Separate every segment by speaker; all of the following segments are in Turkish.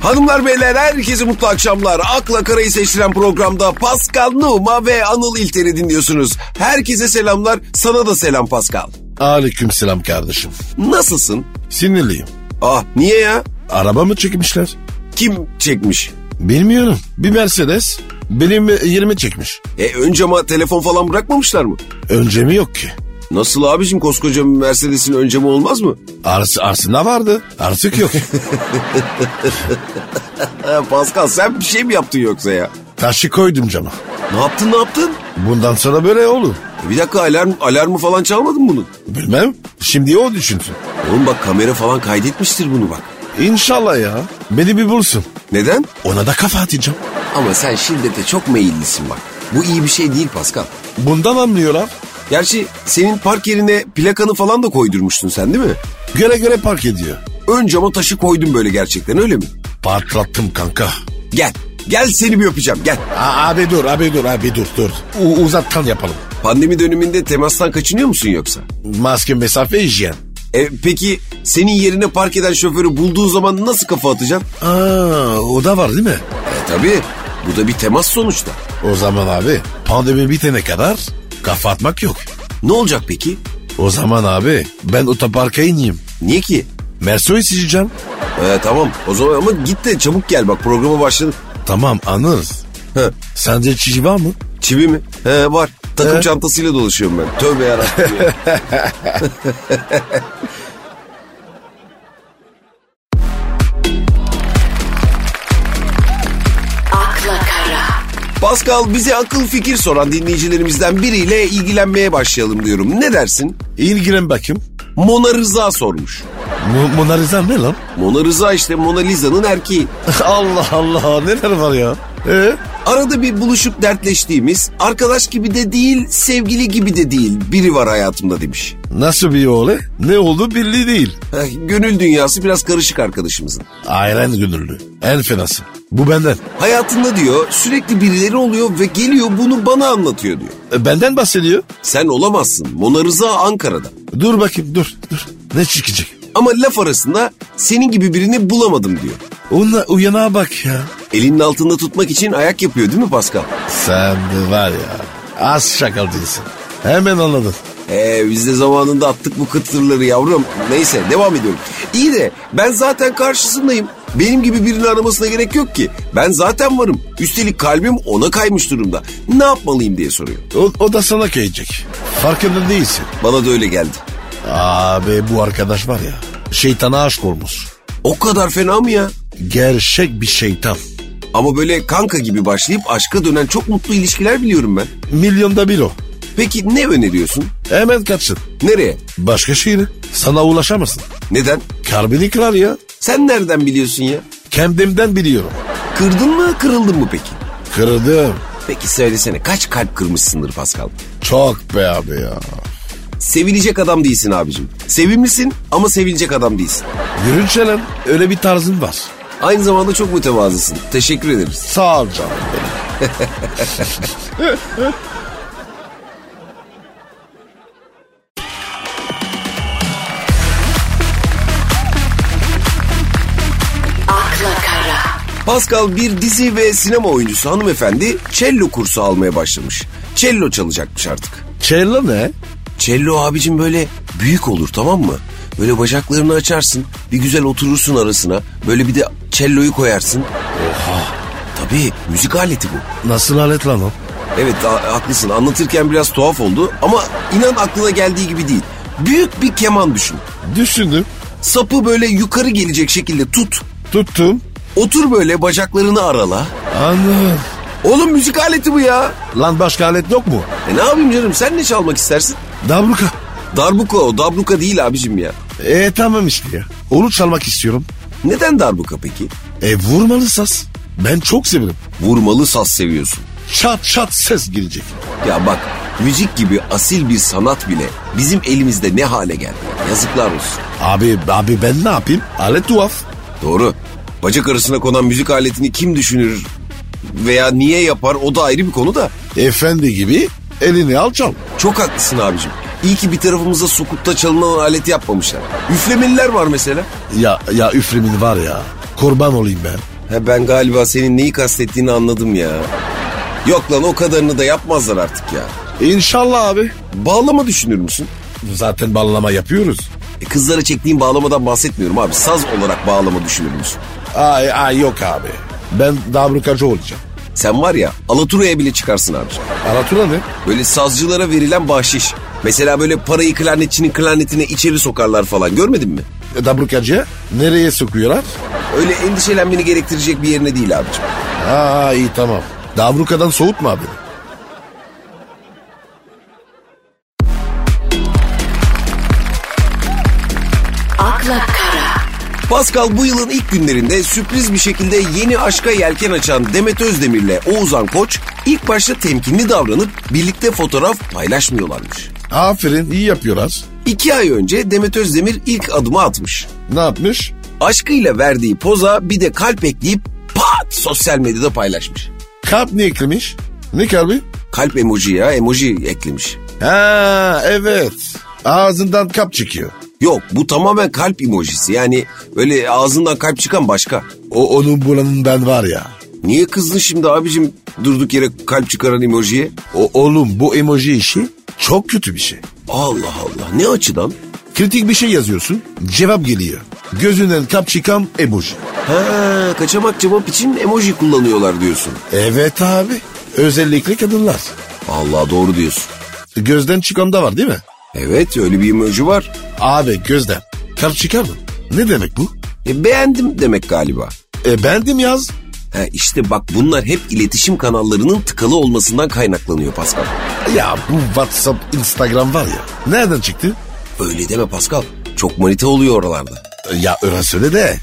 Speaker 1: Hanımlar beyler herkese mutlu akşamlar. Akla Karayı seçtiren programda Pascal Numa ve Anıl İlter'i dinliyorsunuz. Herkese selamlar. Sana da selam Pascal.
Speaker 2: Aleyküm selam kardeşim.
Speaker 1: Nasılsın?
Speaker 2: Sinirliyim.
Speaker 1: Ah niye ya?
Speaker 2: Araba mı çekmişler?
Speaker 1: Kim çekmiş?
Speaker 2: Bilmiyorum. Bir Mercedes benim yerime çekmiş.
Speaker 1: E ön cama telefon falan bırakmamışlar mı?
Speaker 2: Öncemi yok ki.
Speaker 1: Nasıl abicim koskoca bir Mercedes'in ön camı olmaz mı?
Speaker 2: Arası, arsında vardı. Artık yok.
Speaker 1: Ha, Pascal sen bir şey mi yaptın yoksa ya?
Speaker 2: Taşı koydum cama.
Speaker 1: Ne yaptın ne yaptın?
Speaker 2: Bundan sonra böyle olur.
Speaker 1: E, bir dakika alarm, alarmı falan çalmadın bunun.
Speaker 2: Bilmem. Şimdi o düşünsün.
Speaker 1: Oğlum bak kamera falan kaydetmiştir bunu bak.
Speaker 2: İnşallah ya. Beni bir bulsun.
Speaker 1: Neden?
Speaker 2: Ona da kafa atacağım.
Speaker 1: Ama sen şiddete çok meyillisin bak. Bu iyi bir şey değil Pascal.
Speaker 2: Bundan anlıyorlar.
Speaker 1: Gerçi senin park yerine plakanı falan da koydurmuştun sen değil mi?
Speaker 2: Göre göre park ediyor.
Speaker 1: Ön cama taşı koydun böyle gerçekten öyle mi?
Speaker 2: Patlattım kanka.
Speaker 1: Gel. Gel seni bir öpeceğim gel.
Speaker 2: A- abi dur, abi dur, abi dur, dur. U- uzattan yapalım.
Speaker 1: Pandemi döneminde temastan kaçınıyor musun yoksa?
Speaker 2: Maske, mesafe, hijyen.
Speaker 1: E, peki senin yerine park eden şoförü bulduğun zaman nasıl kafa atacaksın?
Speaker 2: Aa, o da var değil mi?
Speaker 1: E tabi bu da bir temas sonuçta.
Speaker 2: O zaman abi pandemi bitene kadar kafa atmak yok.
Speaker 1: Ne olacak peki?
Speaker 2: O zaman abi ben otoparka ineyim.
Speaker 1: Niye ki?
Speaker 2: Mercedes içeceğim.
Speaker 1: E, tamam o zaman ama git de çabuk gel bak programa başladık.
Speaker 2: Tamam anırız.
Speaker 1: Heh,
Speaker 2: Sence çiçi var mı?
Speaker 1: çivi mi? He var. Takım
Speaker 2: He.
Speaker 1: çantasıyla dolaşıyorum ben. Tövbe yarabbim ya.
Speaker 3: akla kara,
Speaker 1: Pascal bize akıl fikir soran dinleyicilerimizden biriyle ilgilenmeye başlayalım diyorum. Ne dersin?
Speaker 2: İlgilen bakayım.
Speaker 1: Mona Rıza sormuş.
Speaker 2: Mu Mona Lisa ne lan?
Speaker 1: Mona Rıza işte Mona Lisa'nın erkeği.
Speaker 2: Allah Allah neler var ya? Ee?
Speaker 1: Arada bir buluşup dertleştiğimiz, arkadaş gibi de değil, sevgili gibi de değil biri var hayatımda demiş.
Speaker 2: Nasıl bir oğlu? Ne oldu belli değil.
Speaker 1: Eh, Gönül dünyası biraz karışık arkadaşımızın.
Speaker 2: Aynen gönüllü. En fenası. Bu benden.
Speaker 1: Hayatında diyor sürekli birileri oluyor ve geliyor bunu bana anlatıyor diyor.
Speaker 2: E, benden bahsediyor.
Speaker 1: Sen olamazsın. Mona Rıza Ankara'da.
Speaker 2: Dur bakayım dur dur. Ne çıkacak?
Speaker 1: Ama laf arasında senin gibi birini bulamadım diyor.
Speaker 2: Ona uyanağa bak ya.
Speaker 1: Elinin altında tutmak için ayak yapıyor değil mi Pascal?
Speaker 2: Sen de var ya az şakal değilsin. Hemen anladın.
Speaker 1: Ee, biz de zamanında attık bu kıtırları yavrum. Neyse devam ediyorum. İyi de ben zaten karşısındayım. Benim gibi birini aramasına gerek yok ki. Ben zaten varım. Üstelik kalbim ona kaymış durumda. Ne yapmalıyım diye soruyor.
Speaker 2: O, o da sana kayacak. Farkında değilsin.
Speaker 1: Bana da öyle geldi.
Speaker 2: Abi bu arkadaş var ya şeytana aşık olmuş.
Speaker 1: O kadar fena mı ya?
Speaker 2: Gerçek bir şeytan.
Speaker 1: Ama böyle kanka gibi başlayıp aşka dönen çok mutlu ilişkiler biliyorum ben.
Speaker 2: Milyonda bir o.
Speaker 1: Peki ne öneriyorsun?
Speaker 2: Hemen kaçsın.
Speaker 1: Nereye?
Speaker 2: Başka şehri. Sana ulaşamazsın.
Speaker 1: Neden?
Speaker 2: Karbini kırar ya.
Speaker 1: Sen nereden biliyorsun ya?
Speaker 2: Kendimden biliyorum.
Speaker 1: Kırdın mı kırıldın mı peki?
Speaker 2: Kırdım.
Speaker 1: Peki söylesene kaç kalp kırmışsındır Pascal?
Speaker 2: Çok be abi ya.
Speaker 1: Sevilecek adam değilsin abicim. Sevimlisin ama sevilecek adam değilsin.
Speaker 2: Yürünçelen öyle bir tarzın var.
Speaker 1: Aynı zamanda çok mütevazısın. Teşekkür ederiz.
Speaker 2: Sağ ol canım.
Speaker 3: akla kara,
Speaker 1: Pascal bir dizi ve sinema oyuncusu hanımefendi cello kursu almaya başlamış. Cello çalacakmış artık.
Speaker 2: Çella ne?
Speaker 1: Cello abicim böyle büyük olur tamam mı? Böyle bacaklarını açarsın. Bir güzel oturursun arasına. Böyle bir de celloyu koyarsın. Oha. Tabii müzik aleti bu.
Speaker 2: Nasıl alet lan o?
Speaker 1: Evet ha- haklısın anlatırken biraz tuhaf oldu ama inan aklına geldiği gibi değil. Büyük bir keman düşün.
Speaker 2: Düşündüm.
Speaker 1: Sapı böyle yukarı gelecek şekilde tut.
Speaker 2: Tuttum.
Speaker 1: Otur böyle bacaklarını arala.
Speaker 2: Anladım.
Speaker 1: Oğlum müzik aleti bu ya.
Speaker 2: Lan başka alet yok mu?
Speaker 1: E ne yapayım canım sen ne çalmak istersin?
Speaker 2: Dabruka.
Speaker 1: Darbuka o darbuka değil abicim ya.
Speaker 2: E tamam işte ya. Onu çalmak istiyorum.
Speaker 1: Neden darbuka peki?
Speaker 2: E vurmalı saz. Ben çok severim.
Speaker 1: Vurmalı saz seviyorsun.
Speaker 2: Çat çat ses girecek.
Speaker 1: Ya bak müzik gibi asil bir sanat bile bizim elimizde ne hale geldi. Yazıklar olsun.
Speaker 2: Abi abi ben ne yapayım? Alet tuhaf.
Speaker 1: Doğru. Bacak arasına konan müzik aletini kim düşünür veya niye yapar o da ayrı bir konu da.
Speaker 2: Efendi gibi elini al çal.
Speaker 1: Çok haklısın abicim. İyi ki bir tarafımıza sokutta çalınan alet yapmamışlar. Üflemeliler var mesela.
Speaker 2: Ya ya üfremin var ya. Kurban olayım ben.
Speaker 1: Ha, ben galiba senin neyi kastettiğini anladım ya. Yok lan o kadarını da yapmazlar artık ya.
Speaker 2: İnşallah abi.
Speaker 1: Bağlama düşünür müsün?
Speaker 2: Zaten ballama yapıyoruz.
Speaker 1: E, kızlara çektiğim bağlamadan bahsetmiyorum abi. Saz olarak bağlama düşünür müsün?
Speaker 2: Ay ay yok abi. Ben dabrukacı olacağım.
Speaker 1: Sen var ya Alatura'ya bile çıkarsın abi.
Speaker 2: Aratura ne?
Speaker 1: Böyle sazcılara verilen bahşiş. Mesela böyle parayı klarnetçinin klarnetine içeri sokarlar falan görmedin mi?
Speaker 2: E, Dabrukacıya nereye sokuyorlar?
Speaker 1: Öyle endişelenmeni gerektirecek bir yerine değil abicim.
Speaker 2: Aa iyi tamam. Dabrukadan soğutma abi.
Speaker 3: akla kara,
Speaker 1: Pascal bu yılın ilk günlerinde sürpriz bir şekilde yeni aşka yelken açan Demet Özdemir'le Oğuzhan Koç ilk başta temkinli davranıp birlikte fotoğraf paylaşmıyorlarmış.
Speaker 2: Aferin iyi yapıyorlar.
Speaker 1: İki ay önce Demet Özdemir ilk adımı atmış.
Speaker 2: Ne yapmış?
Speaker 1: Aşkıyla verdiği poza bir de kalp ekleyip pat sosyal medyada paylaşmış.
Speaker 2: Kalp ne eklemiş? Ne kalbi?
Speaker 1: Kalp emoji ya emoji eklemiş.
Speaker 2: Ha evet. Ağzından kap çıkıyor.
Speaker 1: Yok bu tamamen kalp emojisi yani öyle ağzından kalp çıkan başka.
Speaker 2: O onun buranın ben var ya.
Speaker 1: Niye kızdın şimdi abicim durduk yere kalp çıkaran emojiye?
Speaker 2: O oğlum bu emoji işi çok kötü bir şey.
Speaker 1: Allah Allah ne açıdan?
Speaker 2: Kritik bir şey yazıyorsun, cevap geliyor. Gözünden kap çıkan emoji.
Speaker 1: Ha, kaçamak cevap için emoji kullanıyorlar diyorsun.
Speaker 2: Evet abi. Özellikle kadınlar.
Speaker 1: Allah doğru diyorsun.
Speaker 2: Gözden çıkan da var değil mi?
Speaker 1: Evet öyle bir emoji var.
Speaker 2: Abi gözden. Kap çıkar mı? Ne demek bu?
Speaker 1: E, beğendim demek galiba.
Speaker 2: E bendim yaz.
Speaker 1: Ha, işte bak bunlar hep iletişim kanallarının tıkalı olmasından kaynaklanıyor Pascal.
Speaker 2: Ya bu WhatsApp, Instagram var ya. Nereden çıktı?
Speaker 1: Öyle deme Pascal. Çok manita oluyor oralarda.
Speaker 2: E, Ya öyle söyle de.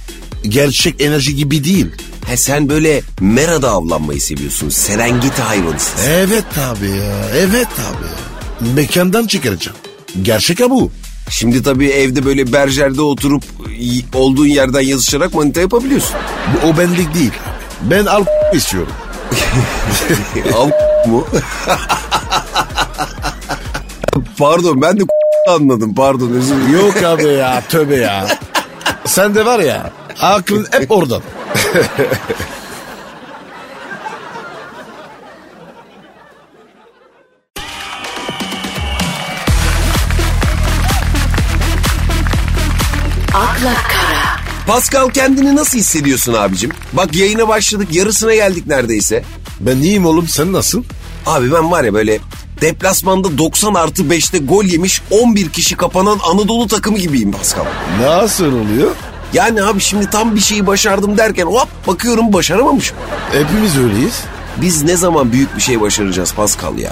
Speaker 2: Gerçek enerji gibi değil.
Speaker 1: He sen böyle merada avlanmayı seviyorsun. Serengeti hayvanısın.
Speaker 2: Evet abi ya. Evet abi. Mekandan çıkaracağım. Gerçek ha bu.
Speaker 1: Şimdi tabii evde böyle berjerde oturup y- olduğun yerden yazışarak manita yapabiliyorsun.
Speaker 2: Bu o benlik değil. Ben al istiyorum.
Speaker 1: Av E, mu? pardon ben de anladım pardon özür dilerim.
Speaker 2: Yok abi ya tövbe ya. Sen de var ya aklın hep oradan.
Speaker 3: akla kara,
Speaker 1: Pascal kendini nasıl hissediyorsun abicim? Bak yayına başladık yarısına geldik neredeyse.
Speaker 2: Ben iyiyim oğlum sen nasıl?
Speaker 1: Abi ben var ya böyle deplasmanda 90 artı 5'te gol yemiş 11 kişi kapanan Anadolu takımı gibiyim Pascal.
Speaker 2: Nasıl oluyor?
Speaker 1: Yani abi şimdi tam bir şeyi başardım derken hop bakıyorum başaramamışım.
Speaker 2: Hepimiz öyleyiz.
Speaker 1: Biz ne zaman büyük bir şey başaracağız Pascal ya?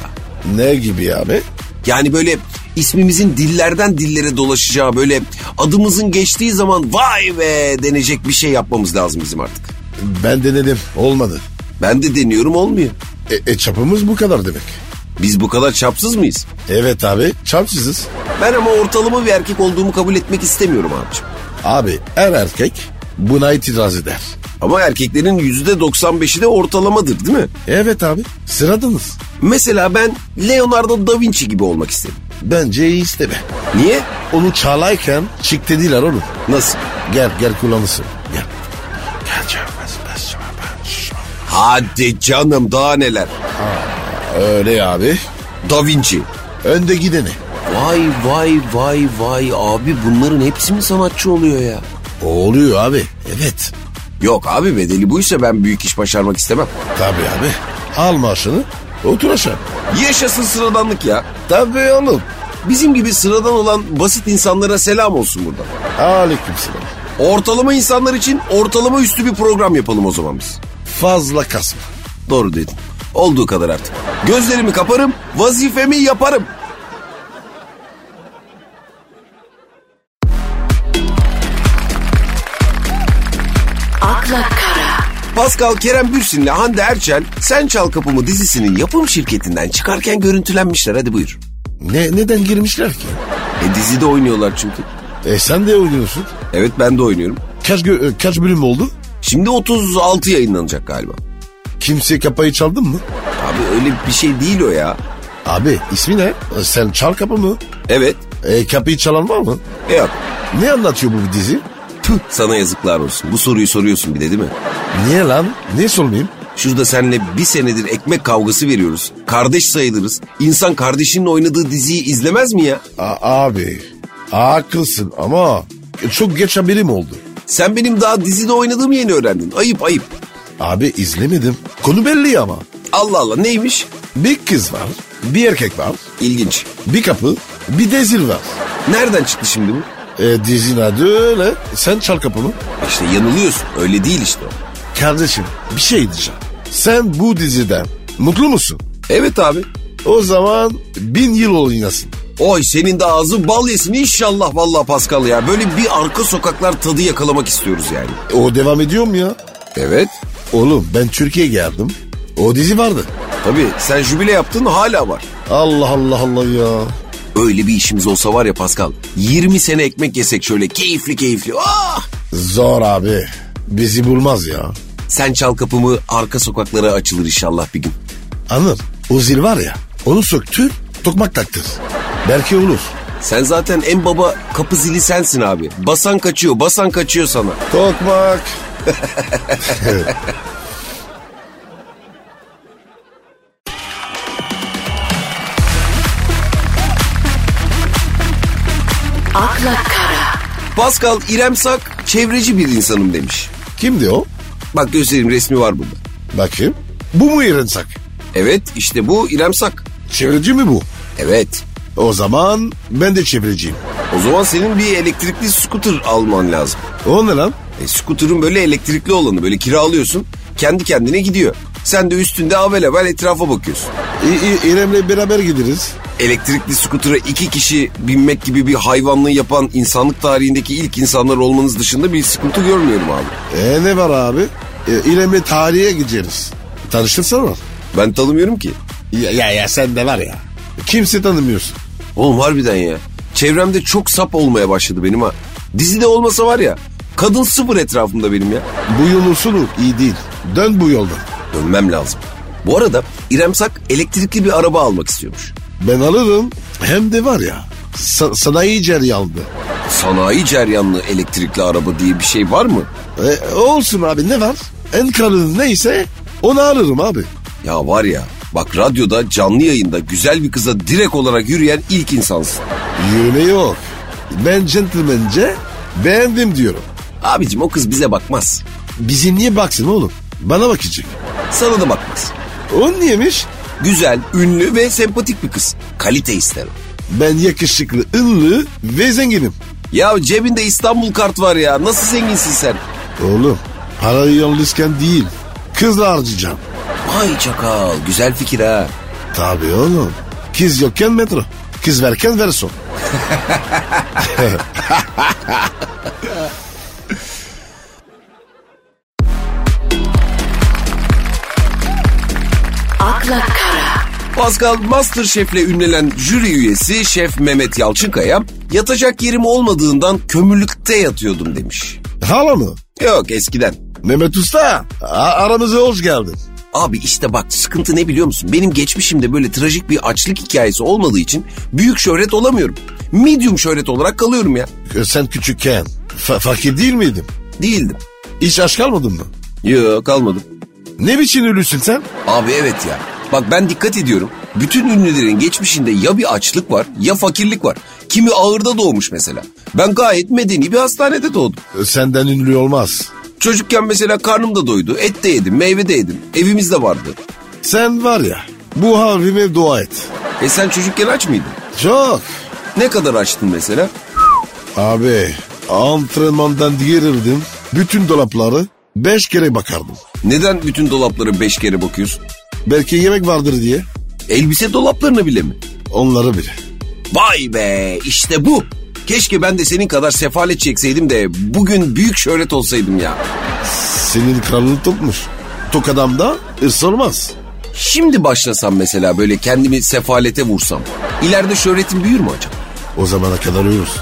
Speaker 2: Ne gibi abi?
Speaker 1: Yani böyle ismimizin dillerden dillere dolaşacağı böyle adımızın geçtiği zaman vay be denecek bir şey yapmamız lazım bizim artık.
Speaker 2: Ben denedim olmadı.
Speaker 1: Ben de deniyorum olmuyor.
Speaker 2: E, e, çapımız bu kadar demek.
Speaker 1: Biz bu kadar çapsız mıyız?
Speaker 2: Evet abi çapsızız.
Speaker 1: Ben ama ortalama bir erkek olduğumu kabul etmek istemiyorum abicim.
Speaker 2: Abi her erkek buna itiraz eder.
Speaker 1: Ama erkeklerin yüzde 95'i de ortalamadır değil mi?
Speaker 2: Evet abi sıradınız.
Speaker 1: Mesela ben Leonardo da Vinci gibi olmak isterim.
Speaker 2: Bence iyi isteme.
Speaker 1: Niye?
Speaker 2: Onu çalayken çık dediler oğlum.
Speaker 1: Nasıl?
Speaker 2: Gel gel kullanırsın. Gel. Gel canım, bas, bas, bas, bas.
Speaker 1: Hadi canım daha neler.
Speaker 2: Öyle abi.
Speaker 1: Da Vinci.
Speaker 2: Önde gideni.
Speaker 1: Vay vay vay vay abi bunların hepsi mi sanatçı oluyor ya?
Speaker 2: Oluyor abi. Evet.
Speaker 1: Yok abi bedeli buysa ben büyük iş başarmak istemem.
Speaker 2: Tabii abi. Al maaşını. Otur aşağı.
Speaker 1: Yaşasın sıradanlık ya.
Speaker 2: Tabii oğlum.
Speaker 1: Bizim gibi sıradan olan basit insanlara selam olsun burada.
Speaker 2: Aleyküm selam.
Speaker 1: Ortalama insanlar için ortalama üstü bir program yapalım o zaman biz.
Speaker 2: Fazla kasma.
Speaker 1: Doğru dedin. Olduğu kadar artık. Gözlerimi kaparım, vazifemi yaparım.
Speaker 3: akla kara,
Speaker 1: Pascal Kerem Bürsin'le Hande Erçel Sen Çal Kapımı dizisinin yapım şirketinden çıkarken görüntülenmişler. Hadi buyur.
Speaker 2: Ne, neden girmişler ki?
Speaker 1: E dizide oynuyorlar çünkü.
Speaker 2: E sen de oynuyorsun.
Speaker 1: Evet ben de oynuyorum.
Speaker 2: Kaç, gö- e, kaç bölüm oldu?
Speaker 1: Şimdi 36 yayınlanacak galiba.
Speaker 2: Kimse kapayı çaldın mı?
Speaker 1: Abi öyle bir şey değil o ya.
Speaker 2: Abi ismi ne? E, Sen çal kapı mı?
Speaker 1: Evet.
Speaker 2: E, kapıyı çalan var mı?
Speaker 1: Yok.
Speaker 2: Ne anlatıyor bu dizi?
Speaker 1: Tüh sana yazıklar olsun. Bu soruyu soruyorsun bir de değil mi?
Speaker 2: Niye lan? Niye sormayayım?
Speaker 1: Şurada seninle bir senedir ekmek kavgası veriyoruz. Kardeş sayılırız. İnsan kardeşinin oynadığı diziyi izlemez mi ya?
Speaker 2: A- abi haklısın ama çok geç haberim oldu.
Speaker 1: Sen benim daha dizide oynadığımı yeni öğrendin. Ayıp ayıp.
Speaker 2: Abi izlemedim. Konu belli ama.
Speaker 1: Allah Allah neymiş?
Speaker 2: Bir kız var, bir erkek var,
Speaker 1: İlginç.
Speaker 2: bir kapı, bir de zil var.
Speaker 1: Nereden çıktı şimdi bu?
Speaker 2: E, dizin adı öyle. Sen çal kapını.
Speaker 1: İşte yanılıyorsun. Öyle değil işte o.
Speaker 2: Kardeşim bir şey diyeceğim. Sen bu diziden mutlu musun?
Speaker 1: Evet abi.
Speaker 2: O zaman bin yıl oynasın.
Speaker 1: Oy senin de ağzın bal yesin inşallah vallahi Pascal ya. Böyle bir arka sokaklar tadı yakalamak istiyoruz yani.
Speaker 2: E, O devam ediyor mu ya?
Speaker 1: Evet.
Speaker 2: Oğlum ben Türkiye'ye geldim. O dizi vardı.
Speaker 1: Tabii sen jübile yaptın hala var.
Speaker 2: Allah Allah Allah ya.
Speaker 1: Öyle bir işimiz olsa var ya Pascal. 20 sene ekmek yesek şöyle keyifli keyifli. Ah!
Speaker 2: Zor abi. Bizi bulmaz ya.
Speaker 1: Sen çal kapımı arka sokaklara açılır inşallah bir gün.
Speaker 2: Anıl o zil var ya onu söktür tokmak taktır. Belki olur.
Speaker 1: Sen zaten en baba kapı zili sensin abi. Basan kaçıyor, basan kaçıyor sana.
Speaker 2: Tokmak.
Speaker 3: akla kara,
Speaker 1: Pascal İrem Sak çevreci bir insanım demiş.
Speaker 2: Kimdi o?
Speaker 1: Bak göstereyim resmi var burada.
Speaker 2: Bakayım. Bu mu İrensak?
Speaker 1: Evet işte bu İrem Sak.
Speaker 2: Çevreci mi bu?
Speaker 1: Evet.
Speaker 2: O zaman ben de çevireceğim.
Speaker 1: O zaman senin bir elektrikli scooter alman lazım.
Speaker 2: O ne lan?
Speaker 1: E, scooter'ın böyle elektrikli olanı böyle kiralıyorsun. Kendi kendine gidiyor. Sen de üstünde avel avel etrafa bakıyorsun.
Speaker 2: İ- İ- İrem'le beraber gideriz.
Speaker 1: Elektrikli skutura iki kişi binmek gibi bir hayvanlığı yapan insanlık tarihindeki ilk insanlar olmanız dışında bir sıkıntı görmüyorum abi.
Speaker 2: E ne var abi? E, İrem'le tarihe gideriz. Tanıştırsana.
Speaker 1: Ben tanımıyorum ki.
Speaker 2: Ya, ya ya sen de var ya. Kimse tanımıyorsun.
Speaker 1: Oğlum harbiden ya. Çevremde çok sap olmaya başladı benim ha. Dizide olmasa var ya. Kadın sıfır etrafımda benim ya.
Speaker 2: Bu yolun sonu iyi değil. Dön bu yoldan.
Speaker 1: Dönmem lazım. Bu arada İrem Sak elektrikli bir araba almak istiyormuş.
Speaker 2: Ben alırım. Hem de var ya. Sa- sanayi ceryandı.
Speaker 1: Sanayi ceryanlı elektrikli araba diye bir şey var mı?
Speaker 2: E, olsun abi ne var? En kalın neyse onu alırım abi.
Speaker 1: Ya var ya bak radyoda canlı yayında güzel bir kıza direkt olarak yürüyen ilk insansın.
Speaker 2: Yürüme yok. Ben centilmence beğendim diyorum.
Speaker 1: Abicim o kız bize bakmaz.
Speaker 2: Bizi niye baksın oğlum? Bana bakacak.
Speaker 1: Sana da bakmaz.
Speaker 2: O niyemiş?
Speaker 1: Güzel, ünlü ve sempatik bir kız. Kalite isterim.
Speaker 2: Ben yakışıklı, ıllı ve zenginim.
Speaker 1: Ya cebinde İstanbul kart var ya. Nasıl zenginsin sen?
Speaker 2: Oğlum parayı yalnızken değil kızla harcayacağım.
Speaker 1: Vay çakal. Güzel fikir ha.
Speaker 2: Tabii oğlum. Kız yokken metro. Kız verken verso.
Speaker 3: akla kara,
Speaker 1: Pascal Masterchef'le ünlenen jüri üyesi Şef Mehmet Yalçınkaya yatacak yerim olmadığından kömürlükte yatıyordum demiş.
Speaker 2: Hala mı?
Speaker 1: Yok eskiden.
Speaker 2: Mehmet Usta a- aramıza hoş geldin.
Speaker 1: Abi işte bak sıkıntı ne biliyor musun? Benim geçmişimde böyle trajik bir açlık hikayesi olmadığı için büyük şöhret olamıyorum. Medium şöhret olarak kalıyorum ya.
Speaker 2: E, Sen küçükken fa- fakir değil miydin?
Speaker 1: Değildim.
Speaker 2: Hiç aç kalmadın mı?
Speaker 1: Yok kalmadım.
Speaker 2: Ne biçim ölüsün sen?
Speaker 1: Abi evet ya. Bak ben dikkat ediyorum. Bütün ünlülerin geçmişinde ya bir açlık var ya fakirlik var. Kimi ağırda doğmuş mesela. Ben gayet medeni bir hastanede doğdum.
Speaker 2: E, Senden ünlü olmaz.
Speaker 1: Çocukken mesela karnım da doydu. Et de yedim, meyve de yedim. Evimiz de vardı.
Speaker 2: Sen var ya bu halime dua et.
Speaker 1: E sen çocukken aç mıydın?
Speaker 2: Çok.
Speaker 1: Ne kadar açtın mesela?
Speaker 2: Abi antrenmandan girirdim. Bütün dolapları beş kere bakardım.
Speaker 1: Neden bütün dolaplara beş kere bakıyorsun?
Speaker 2: Belki yemek vardır diye.
Speaker 1: Elbise dolaplarına bile mi?
Speaker 2: Onları bile.
Speaker 1: Vay be işte bu. Keşke ben de senin kadar sefalet çekseydim de bugün büyük şöhret olsaydım ya.
Speaker 2: Senin kralını tutmuş. Tok adam da ırs olmaz.
Speaker 1: Şimdi başlasam mesela böyle kendimi sefalete vursam. ileride şöhretim büyür mü acaba?
Speaker 2: O zamana kadar uyuruz.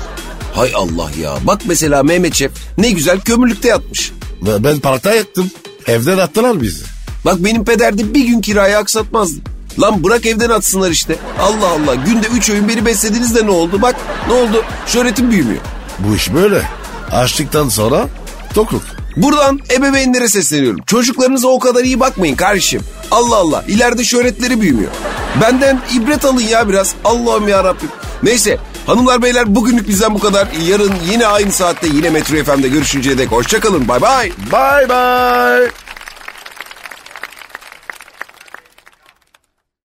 Speaker 1: Hay Allah ya. Bak mesela Mehmet Şef ne güzel kömürlükte yatmış.
Speaker 2: Ve Ben parkta yaktım. Evden attılar bizi.
Speaker 1: Bak benim peder de bir gün kirayı aksatmazdı. Lan bırak evden atsınlar işte. Allah Allah günde üç öğün beni beslediniz de ne oldu? Bak ne oldu? Şöhretim büyümüyor.
Speaker 2: Bu iş böyle. Açtıktan sonra tokluk.
Speaker 1: Buradan ebeveynlere sesleniyorum. Çocuklarınıza o kadar iyi bakmayın kardeşim. Allah Allah ileride şöhretleri büyümüyor. Benden ibret alın ya biraz. Allah'ım ya Rabbim. Neyse hanımlar beyler bugünlük bizden bu kadar. Yarın yine aynı saatte yine Metro FM'de görüşünceye dek hoşçakalın. Bay bay.
Speaker 2: Bye bye.